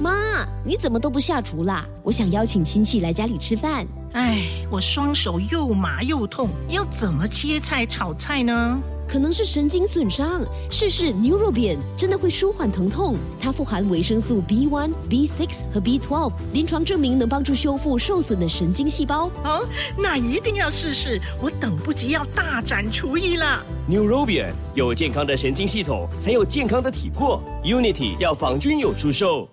妈，你怎么都不下厨啦？我想邀请亲戚来家里吃饭。哎，我双手又麻又痛，要怎么切菜炒菜呢？可能是神经损伤，试试 Neurobian 真的会舒缓疼痛。它富含维生素 B1、B6 和 B12，临床证明能帮助修复受损的神经细胞。哦，那一定要试试，我等不及要大展厨艺了。 Neurobian 有健康的神经系统，才有健康的体魄。Unity 药房均有出售。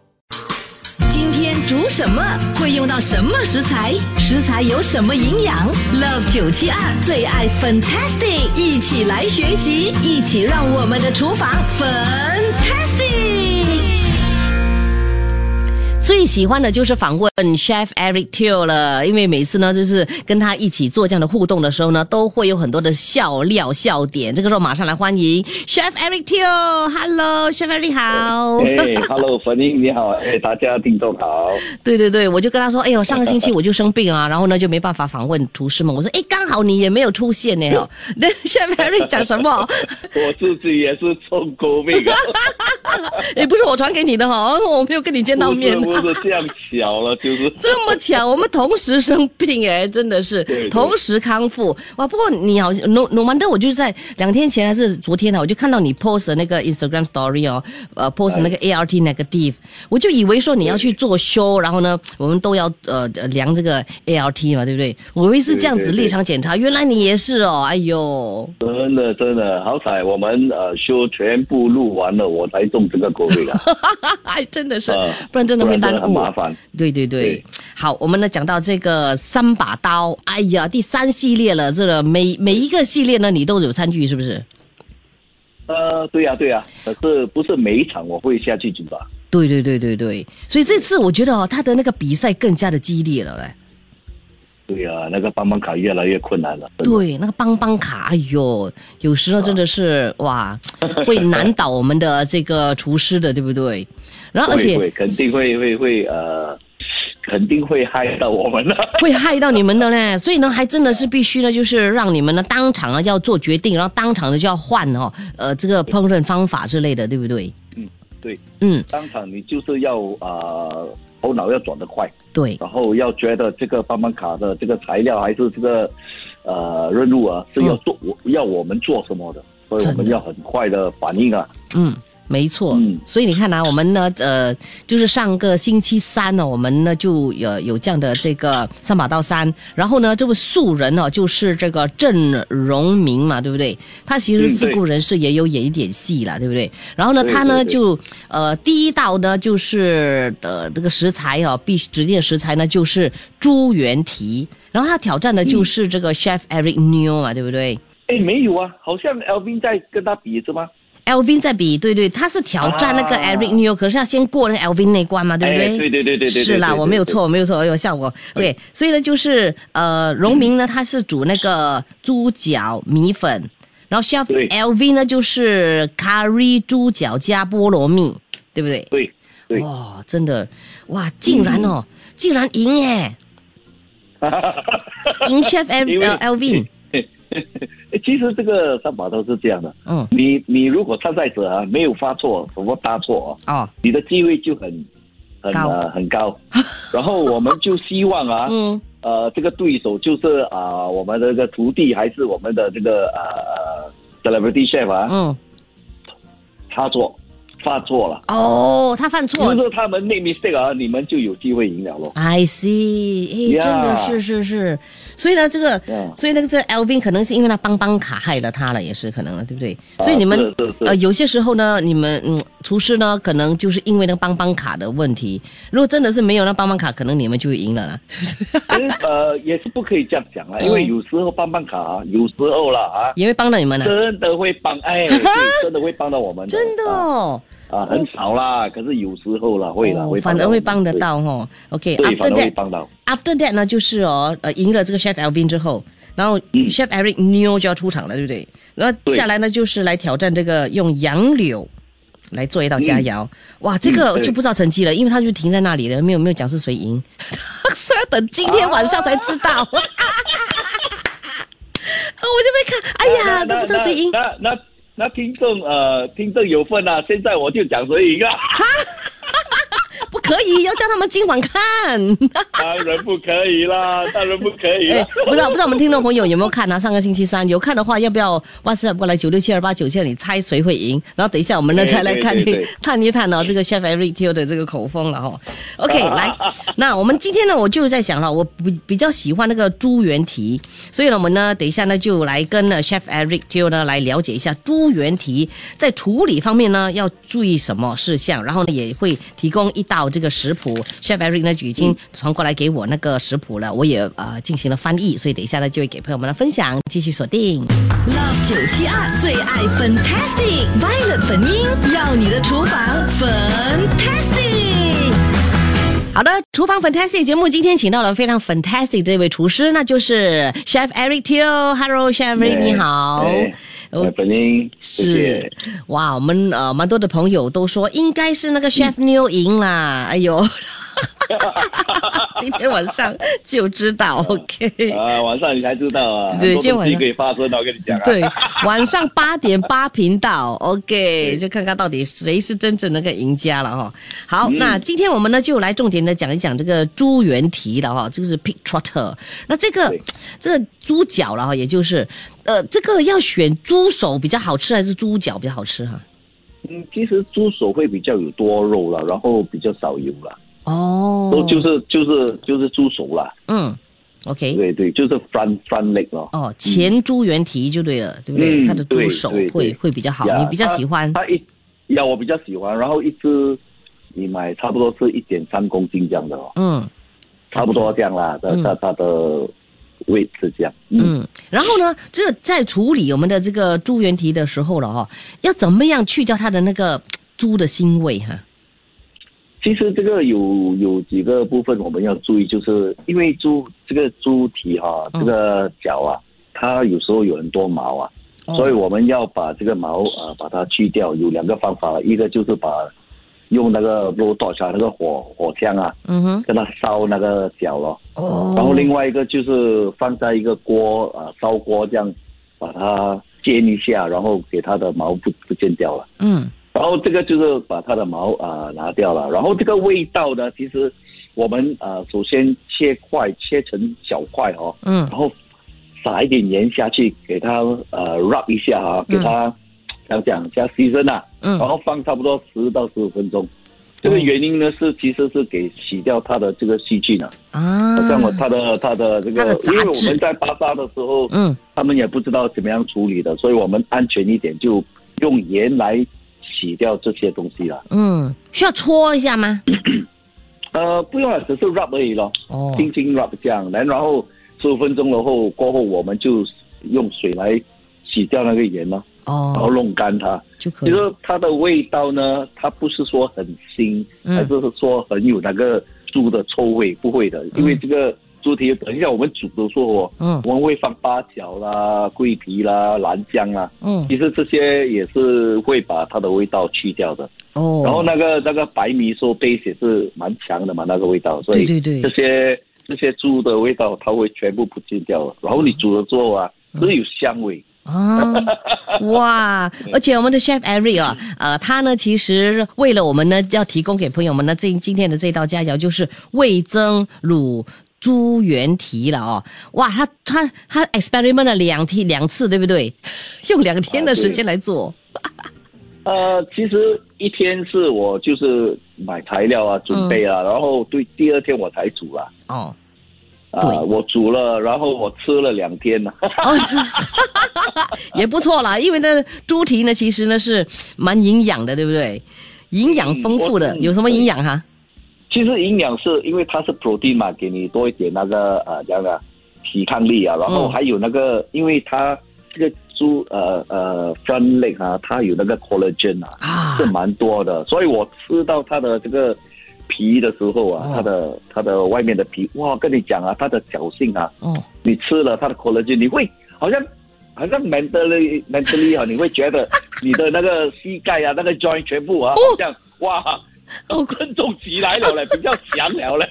今天煮什么？会用到什么食材？食材有什么营养？Love 九七二最爱 Fantastic，一起来学习，一起让我们的厨房 Fantastic。最喜欢的就是访问 Chef Eric Teo 了，因为每次呢，就是跟他一起做这样的互动的时候呢，都会有很多的笑料、笑点。这个时候马上来欢迎 Chef Eric Teo，Hello，Chef Eric 好。哎，Hello，冯英你好，哎，大家听众好。对对对，我就跟他说，哎呦，上个星期我就生病啊，然后呢就没办法访问厨师们。我说，哎，刚好你也没有出现 呢。哦， 那 Chef Eric 讲什么？ 我自己也是中国病啊，也不是我传给你的哈、哦，我没有跟你见到不面是。不是这样巧了，就是这么巧，我们同时生病 哎，真的是对对同时康复哇！不过你好像，no no wonder，我就是在两天前还是昨天呢，啊我就看到你 post 的那个 Instagram story 哦，呃，post 哎那个 ART negative，我就以为说你要去做 show，然后呢，我们都要呃呃量这个 ART 嘛，对不对？我以为是这样子对对对立场检查，原来你也是哦，哎呦， 真的真的好彩，我们呃修全部录完了，我才中这个国病啊，哎，真的 是啊，不然真的会耽不然真的很误。麻烦。对对对，对好，我们呢讲到这个三把刀，哎呀，第三系列了，这个每每一个系列呢，你都有参与，是不是？呃，对呀、对呀、可是不是每一场我会下去煮吧？对对对对对，所以这次我觉得哦，他的那个比赛更加的激烈了嘞。对呀、那个帮帮卡越来越困难了。真的，对，那个邦邦卡，哎呦，有时候真的是哇，会难倒我们的这个厨师的，对不对？然后而会且会肯定会会会呃，肯定会害到我们的。啊会害到你们的嘞，所以呢，还真的是必须呢，就是让你们呢当场啊要做决定，然后当场呢就要换哦，呃，这个烹饪方法之类的，对不对？对，嗯， 当场你就是要呃，头脑要转得快。对，然后要觉得这个棒棒卡的这个材料还是这个呃任务啊，是要做我、要我们做什么的，所以我嗯真们的要很快的反应啊。嗯，没错。嗯所以你看呢、我们呢，呃，就是上个星期三呢，我们呢就有有这样的这个三把刀三，然后呢，这位素人呢、就是这个郑荣明嘛，对不对？他其实嗯自对雇人士也有演一点戏啦，对不对？然后呢，对他呢对对就呃第一道呢就是呃这个食材哦，必须指定的食材呢就是猪原蹄，然后他挑战的就是这个 Chef Eric New 嘛，对不对？哎，没有啊，好像 Lvin 在跟他比是吗？ Lvin 在比，对对，他是挑战那个啊 Eric New，、可是要先过那个 Lvin 那关嘛，对不对？哎对对对对对对是啦，对对我没有对错，我没有错，我有效果。OK，所以呢，就是呃，荣明呢，他是煮那个猪脚米粉，然后 Chef 对 Lvin 呢就是 curry 猪脚加菠萝蜜，对不对？对 对，哇，真的，哇，竟然哦，竟然赢哎，哎赢 Chef 呃因为 L Lvin，哎其实这个三把刀是这样的，嗯，你你如果参赛者啊没有发错什么大错啊，哦，你的机会就很很高呃很高。然后我们就希 望啊，嗯，呃，这个对手就是啊、我们的这个徒弟还是我们的这个呃 celebrity chef 啊，嗯，他错，犯错了。哦，他犯错，就是他们 make mistake 啊，你们就有机会赢了 咯。 I see，哎 Yeah 真的是是是，所以呢，这个 Yeah 所以那个这 Lvin 可能是因为他帮帮卡害了他了，也是可能了，对不对？所以你们、啊是是是呃，有些时候呢，你们嗯，厨师呢，可能就是因为那个帮帮卡的问题，如果真的是没有那帮帮卡，可能你们就会赢了啦。 因为呃，也是不可以这样讲啦，啊嗯因为有时候棒棒卡、啊，有时候啦啊，也会帮到你们了，真的会 帮，哎，对真的会帮到我嗯们真的啊哦，啊很少啦，可是有时候啦会啦，哦会反到而我会们帮得，到哦。对对， OK，after 反而会 that，帮到。 After that 呢，就是哦，呃，赢了这个 Chef Alvin 之后，然后 Chef Eric New 就要出场了，对不对？然后嗯对下来呢，就是来挑战这个用杨柳来做一道佳肴。哇，这个嗯对就不知道成绩了，因为他就停在那里了，没有没有讲是谁赢， 所以要等今天晚上才知道。 我就没看，哎呀，都不知道谁赢。那那那那听众呃，听众有份啊，现在我就讲谁赢啊。不可可以，要叫他们今晚看。当然不可以 啦，当然不可以 哎啦。，不知道不知道我们听众朋友有没有看啊？上个星期三有看的话，要不要 WhatsApp 过来九六七二八九七？你猜谁会赢？然后等一下我们呢哎对再来看对对一对哎探一探哦，这个 Chef Eric Teo 的这个口风 了哈、OK，来，那我们今天呢，我就在想了，我比比较喜欢那个朱元题，所以呢，我们呢等一下呢就来跟呢 Chef Eric Teo 呢来了解一下朱元题在处理方面呢要注意什么事项，然后呢也会提供一道这个食谱。Chef Eric 呢已经传过来给我那个食谱了，我也呃进行了翻译，所以等一下呢就会给朋友们来分享，继续锁定。 Love 九七二最爱 Fantastic Violet 粉英，要你的厨房 Fantastic。好的，厨房 Fantastic 节目今天请到了非常 Fantastic 这位厨师，那就是 Chef Eric Teo。Hello Chef Eric，哎你好。哎哦哎本英，谢是谢。哇，我们呃蛮多的朋友都说应该是那个 Chef New 赢啦，哎呦， 今天晚上就知道 OK。啊，晚上你才知道啊，对很多今东晚西上可以发生的，我跟你讲 啊。对，晚上八点八频道，OK，就看看到底谁是真正那个赢家了哈。好，嗯那今天我们呢就来重点的讲一讲这个猪原蹄了哈，就是 pig trotter。那这个对这个猪脚了哈，也就是呃，这个要选猪手比较好吃还是猪脚比较好吃哈？嗯，其实猪手会比较有多肉了，然后比较少油了，哦都就是就是就是猪手啦。嗯，OK，对对，就是 front front leg 咯。哦，前猪原蹄就对了，对不对？嗯它的猪对手对会对会比较好，呀你比较喜欢它一呀，我比较喜欢，然后一只你买差不多是一点三公斤这样的哦，嗯差不多这样啦，它嗯它它的位置这样。嗯，嗯。然后呢，这个在处理我们的这个猪原蹄的时候了哈、哦，要怎么样去掉它的那个嘖猪的腥味哈、其实这个有有几个部分我们要注意，就是因为猪这个猪蹄哈、嗯这个脚啊，它有时候有很多毛啊，哦所以我们要把这个毛啊、呃把它去掉，有两个方法，一个就是把用那个肉剁下那个火火枪啊，嗯哼，跟它烧那个脚咯。哦，然后另外一个就是放在一个锅啊、呃烧锅这样，把它煎一下，然后给它的毛不不见掉了。嗯然后这个就是把它的毛啊、呃拿掉了。然后这个味道呢，其实我们啊、呃首先切块，切成小块哦，嗯然后撒一点盐下去，给它呃 wrap 一下啊，给它讲讲加 season 啊，嗯然后放差不多十到十五分钟。这个原因呢是其实是给洗掉它的这个细菌啊。啊好，像我他的他的这它的个，杂因为我质们在巴萨的时候，嗯他们也不知道怎么样处理的，所以我们安全一点，就用盐来洗掉这些东西了。嗯，需要搓一下吗？呃，不用了，只是 wrap 而已咯，哦轻轻 wrap 这样，然然后十五分钟了后过后，我们就用水来洗掉那个盐咯，然哦，后弄干它。就可其以实它的味道呢，它不是说很腥，嗯还是说很有那个猪的臭味，不会的，因为这个猪蹄，等一下我们煮的时候哦，嗯我们会放八角啦、桂皮啦、兰姜啦，嗯其实这些也是会把它的味道去掉的。哦，然后那个那个白米寿贝也是蛮强的嘛，那个味道，所以对对对这些这些猪的味道它会全部不见掉了。然后你煮了之后啊，嗯是有香味。啊， 哇！而且我们的 Chef Eric 啊，嗯呃，他呢其实为了我们呢要提供给朋友们呢这今天的这道佳肴就是味增卤。猪原蹄了哦，哇，他他他 experiment 了两天两次，对不对？ 用两天的时间来做，呃，其实一天是我就是买材料啊，准备嗯啊，然后对第二天我才煮啦、哦，啊。对我煮了，然后我吃了两天啊呢、哦， 也不错啦，因为呢猪蹄呢其实呢是蛮营养的，对不对？营养丰富的，嗯我有什么营养啊哈？其实营养是因为它是 protein 嘛，给你多一点那个呃，这样的抵抗力啊，然后嗯还有那个，因为它这个猪呃呃 front leg 啊，它有那个 collagen 啊，啊是蛮多的，所以我吃到它的这个皮的时候啊，哦它的它的外面的皮，哇，跟你讲啊，它的嚼劲啊，哦，你吃了它的 collagen，你会好像好像 mentally mentally 啊，你会觉得你的那个膝盖啊，那个 joint 全部哦 啊，好像哇，都更重起来了嘞，比较强了嘞。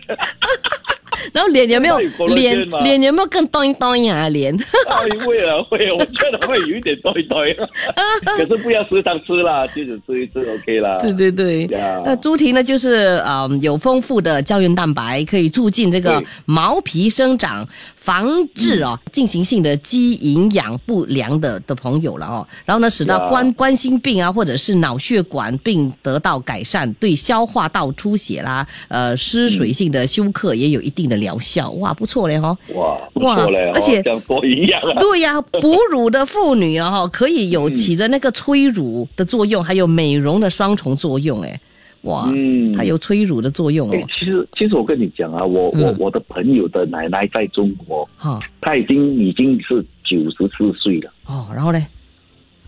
然后脸有没有外国人脸见吗脸有没有更咚一咚一啊脸？ 哎，会了会了，我觉得会有一点对对，啊 可是不要时常吃啦，就只吃一次 OK 啦。对对对，啊呀那猪蹄呢，就是啊、嗯有丰富的胶原蛋白，可以促进这个对嗯毛皮生长，防治哦进行性的肌营养不良的的朋友了哦。然后呢，使到呀冠冠心病啊，或者是脑血管病得到改善，对消化道出血啦，呃，湿水性的休克也有一定的疗效。哇，不错嘞哈、哦。哇，不错嘞，哇而且哦这样多营养啊！ 对呀、哺乳的妇女啊，哈，可以有起着那个催乳的作用，还有美容的双重作用，哎，哇，嗯它有催乳的作用哎哦，其实其实我跟你讲啊，我我嗯我的朋友的奶奶在中国，哈、她已经已经是九十四岁了，哦，然后嘞，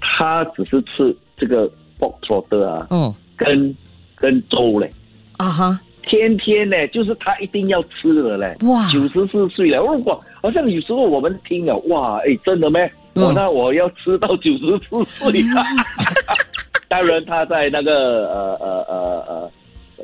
她只是吃这个 b o t r o t 啊，嗯，跟跟粥嘞。啊哈，天天呢，就是他一定要吃的嘞。哇九十四岁了，如果好像有时候我们听了，哇，哎，真的咩？嗯我、那我要吃到九十四岁。啊 当然，他在那个呃呃呃呃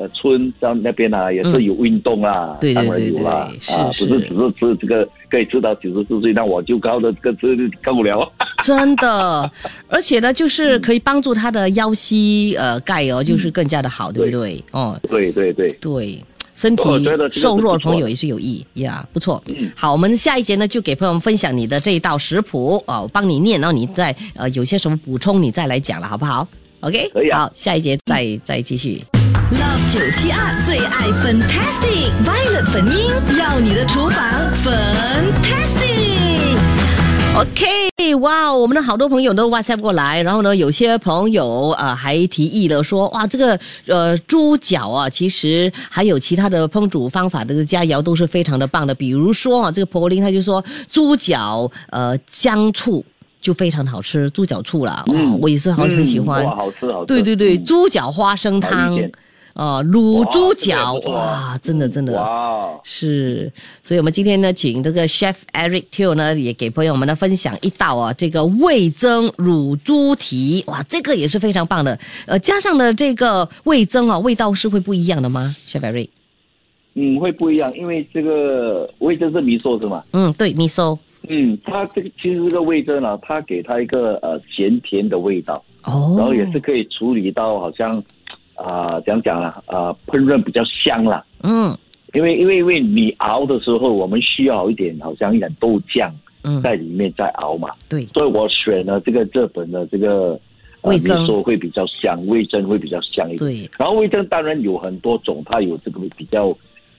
呃村上那边啊，也是有运动啦，嗯对对当然有啦对对对啊，是不是是只是吃这个可以吃到九十四岁，那我就靠着这个吃够了。 真的，而且呢，就是可以帮助她的腰膝呃钙哦，就是更加的好，对不对？哦，对对对，对。身体哦我觉得这个是瘦弱的不错朋友也是有益呀不错。好，我们下一节呢就给朋友们分享你的这一道食谱哦，我帮你念，然后你再呃有些什么补充，你再来讲了，好不好？OK，可以啊好，下一节再再继续。 Love 972最爱 Fantastic Violet 粉英，要你的厨房 Fantastic。 OK，哇，我们的好多朋友都 WhatsApp 过来，然后呢，有些朋友啊、呃、还提议了说，哇，这个呃猪脚啊，其实还有其他的烹煮方法，这个佳肴都是非常的棒的。比如说啊，这个婆林他就说猪脚呃姜醋就非常好吃，猪脚醋啦，哇，哦嗯我也是好很喜欢。嗯哇，好吃好吃。对对对，嗯猪脚花生好汤意见，啊，卤猪哇这个也脚，不错啊哇，真的真的。哇，是，所以我们今天呢，请这个 Chef Eric Teo 呢，也给朋友们呢分享一道啊，这个味增乳猪蹄，哇，这个也是非常棒的。呃，加上了这个味增啊，味道是会不一样的吗？Chef Eric，嗯，会不一样，因为这个味噌是米寿是吗？嗯，对，米寿，嗯，它这个其实这个味噌啊，它给它一个呃咸甜的味道，哦，然后也是可以处理到好像啊、呃、怎样讲啦，啊、烹饪比较香啦。嗯因为因为因为你熬的时候，我们需要一点好像一点豆酱嗯，在里面再熬嘛，对，所以我选了这个这本的这个呃味米噌寿会比较香，味噌会比较香一点。对，然后味噌当然有很多种，它有这个比较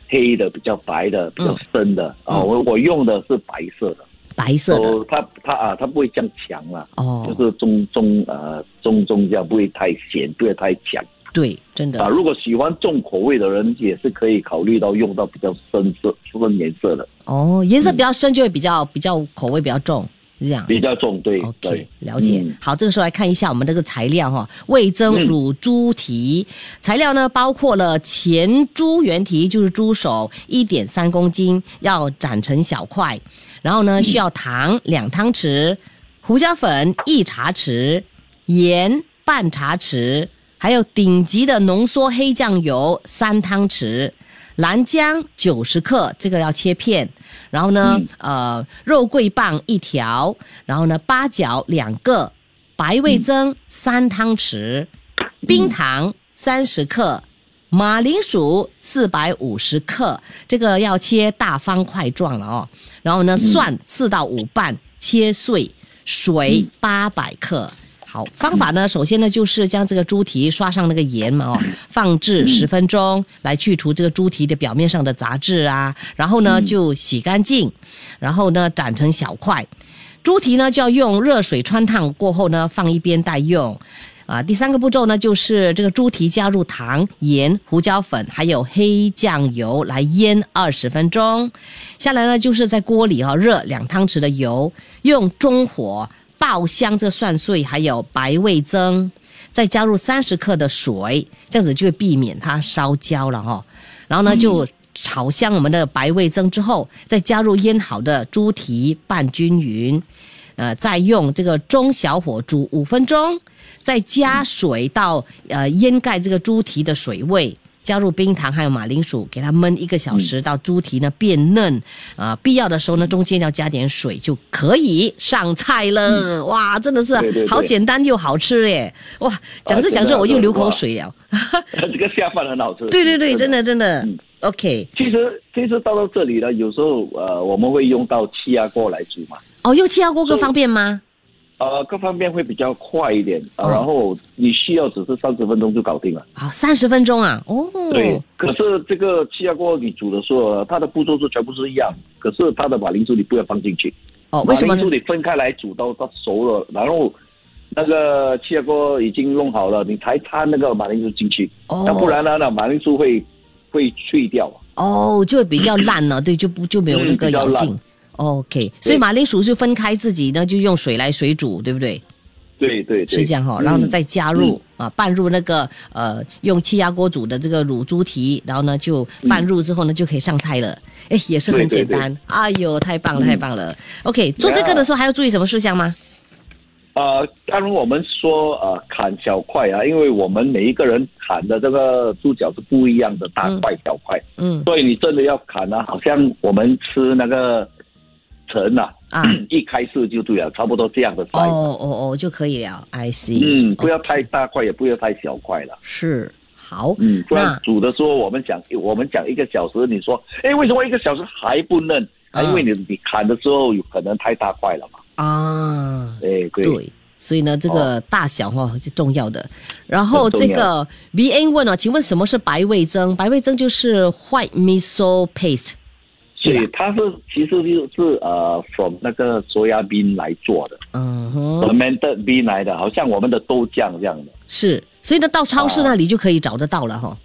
黑的、比较白的、比较深的、啊。嗯我我用的是白色的，白色的，哦，它它啊，它不会这样强了，哦，就是中中呃中中这样，不会太咸，不会太强对，真的啊。，如果喜欢重口味的人，也是可以考虑到用到比较深色、深颜色的，哦，颜色比较深就会比较比较口味比较重，是这样。比较重，对嗯 OK，对， 了解。嗯好，这个时候来看一下我们这个材料哈，味增嗯乳猪蹄、材料呢，包括了前猪原蹄，就是猪手一点三公斤，要斩成小块，然后嗯呢需要糖两汤匙，胡椒粉一茶匙，盐半茶匙，还有顶级的浓缩黑酱油三汤匙，蓝姜九十克，这个要切片。然后呢，呃，肉桂棒一条，然后呢，八角两个，白味增三汤匙，冰糖三十克，马铃薯四百五十克，这个要切大方块状了哦。然后呢，蒜四到五瓣切碎，水八百克。好，方法呢，首先呢就是将这个猪蹄刷上那个盐嘛哦，放置十分钟，来去除这个猪蹄的表面上的杂质啊，然后呢就洗干净，然后呢斩成小块。猪蹄呢就要用热水穿烫过后呢放一边待用。啊，第三个步骤呢，就是这个猪蹄加入糖、盐、胡椒粉，还有黑酱油来腌二十分钟。下来呢，就是在锅里啊、热两汤匙的油，用中火爆香这个蒜碎，还有白味增，再加入三十克的水，这样子就会避免它烧焦了哈、哦。然后呢，就炒香我们的白味增之后，再加入腌好的猪蹄，拌均匀。呃，再用这个中小火煮五分钟，再加水到呃掩盖这个猪蹄的水位，加入冰糖还有马铃薯，给它焖一个小时，到猪蹄呢变嫩啊、必要的时候呢中间要加点水就可以上菜了。哇，真的是嗯啊对对对好简单又好吃耶！哇，讲着啊讲真着的我又真的啊流口哇水了。这个下饭很好吃。对对对，真的真的嗯。 OK，其实其实到到这里呢，有时候呃我们会用到气压锅来煮嘛，哦，用气压锅更方便吗？呃各方面会比较快一点，呃哦然后你需要只是三十分钟就搞定了。好，三十分钟啊。哦，对，可是这个气压锅你煮的时候，它的步骤是全部是一样，可是它的马铃薯你不要放进去，哦，马为什么铃呢薯？你分开来煮到它熟了，然后那个气压锅已经弄好了，你才掺那个马铃薯进去，哦那不然呢，那马铃薯会会脆掉。哦，就会比较烂 了，对，就不就没有那嗯个比较咬烂劲。OK，所以马铃薯是分开自己呢，就用水来水煮，对不对？对对对，是这样哈、嗯然后呢再加入、啊，拌入那个呃用气压锅煮的这个卤猪蹄，然后呢就拌入之后呢、就可以上菜了。哎，也是很对对嗯简单。哎呦，太棒了，太棒了。OK，做这个的时候还要注意什么事项吗？呃，当然我们说呃砍小块啊，因为我们每一个人砍的这个猪脚是不一样的大块小块，嗯所以你真的要砍啊，好像我们吃那个橙啊，啊， 一开始就对了，差不多这样的 size。哦哦哦就可以了。I see，、嗯，不要太大块，也不要太小块了。是好。嗯，不然那煮的时候，我们讲我们讲一个小时，你说，哎，为什么一个小时还不嫩？嗯啊，因为你你砍的时候有可能太大块了嘛。啊，哎，对，对，所以呢，这个大小哈、哦、是重要的。然后很重这要个 B N 问哦，请问什么是白味增？白味增就是 white miso paste 所对以它是其实就是呃，from 那个 soya bean 来做的、嗯 f e r 哼， m e n t e d bean 来的，好像我们的豆酱这样的，是。所以呢，到超市哦那里就可以找得到了哈、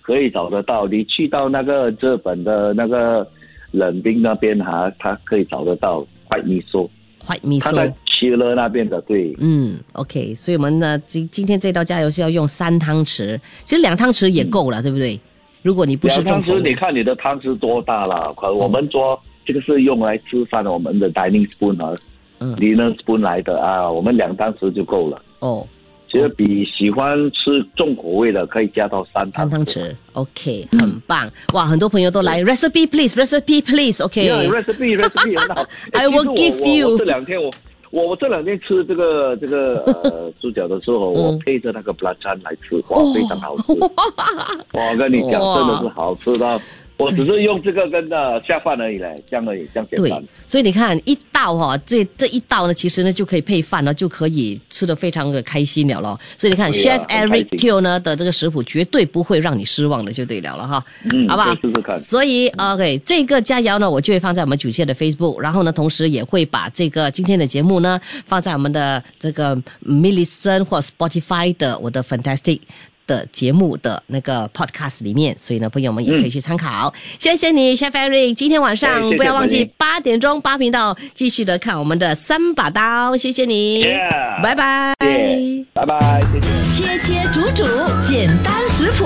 可以找得到。你去到那个日本的那个冷冰那边哈、它可以找得到快米说， white 它在 miso。切了那边的，对，嗯，OK，所以我们呢，今今天这道加油是要用三汤匙，其实两汤匙也够了，对不对？如果你不是两重汤口匙，味你看你的汤匙多大了？可嗯我们说这个是用来吃饭的，我们的 dining spoon 和嗯 dinner spoon 来的啊，我们两汤匙就够了。哦，其实比喜欢吃重口味的可以加到三三汤汤。匙，OK，很棒，哇，很多朋友都来 recipe please，recipe please，OK，、 Yeah, recipe recipe 很好。 哎 I will 其实 give 我 you 我我这两天我我我这两天吃这个这个 呃猪脚的时候，嗯我配着那个 b l a 来吃，哇，非常好 吃。哇我跟你讲，哇真的是好吃到，我只是用这个跟呃下饭而已嘞，这样而已，这样简对单。，所以你看一道哈、这这一道呢，其实呢就可以配饭了，就可以吃的非常的开心了咯。所以你看、对 Chef 啊很开 Eric 心 Q 呢的这个食谱绝对不会让你失望的，就对了了哈，嗯好不好？可以试试看所以 OK，这个佳肴呢，我就会放在我们主线的 Facebook，然后呢，同时也会把这个今天的节目呢放在我们的这个 m i l l i c e n 或 Spotify 的我的 Fantastic。的节目的那个 podcast 里面，所以呢，朋友们也可以去参考。谢谢你，Chef Eric。今天晚嗯哎谢上谢不要忘记美玲八点钟八频道继续的看我们的三把刀。谢谢你 Yeah 拜拜。耶，拜拜，谢谢。切切煮煮，简单食谱，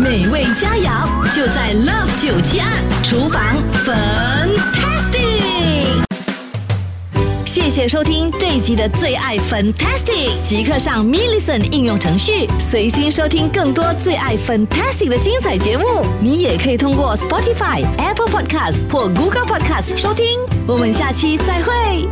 美味佳肴就在 Love 972厨房 Fantastic。谢谢收听这一集的最爱 Fantastic，即刻上 m i l l i c e n 应用程序，随心收听更多最爱 Fantastic 的精彩节目。你也可以通过 Spotify、Apple Podcast 或 Google Podcast 收听。我们下期再会。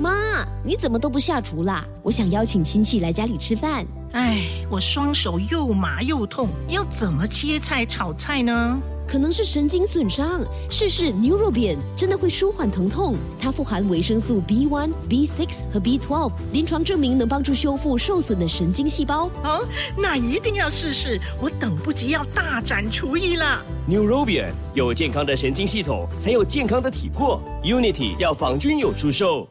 妈，你怎么都不下厨啦？我想邀请亲戚来家里吃饭。唉，哎我双手又麻又痛，要怎么切菜炒菜呢？可能是神经损伤。试试牛肉扁，真的会舒缓疼痛。它富含维生素 B1、B6 和 B12，临床证明能帮助修复受损的神经细胞。哦，那一定要试试，我等不及要大展厨艺了。 New Robian 有健康的神经系统，才有健康的体魄。Unity 药房均有出售。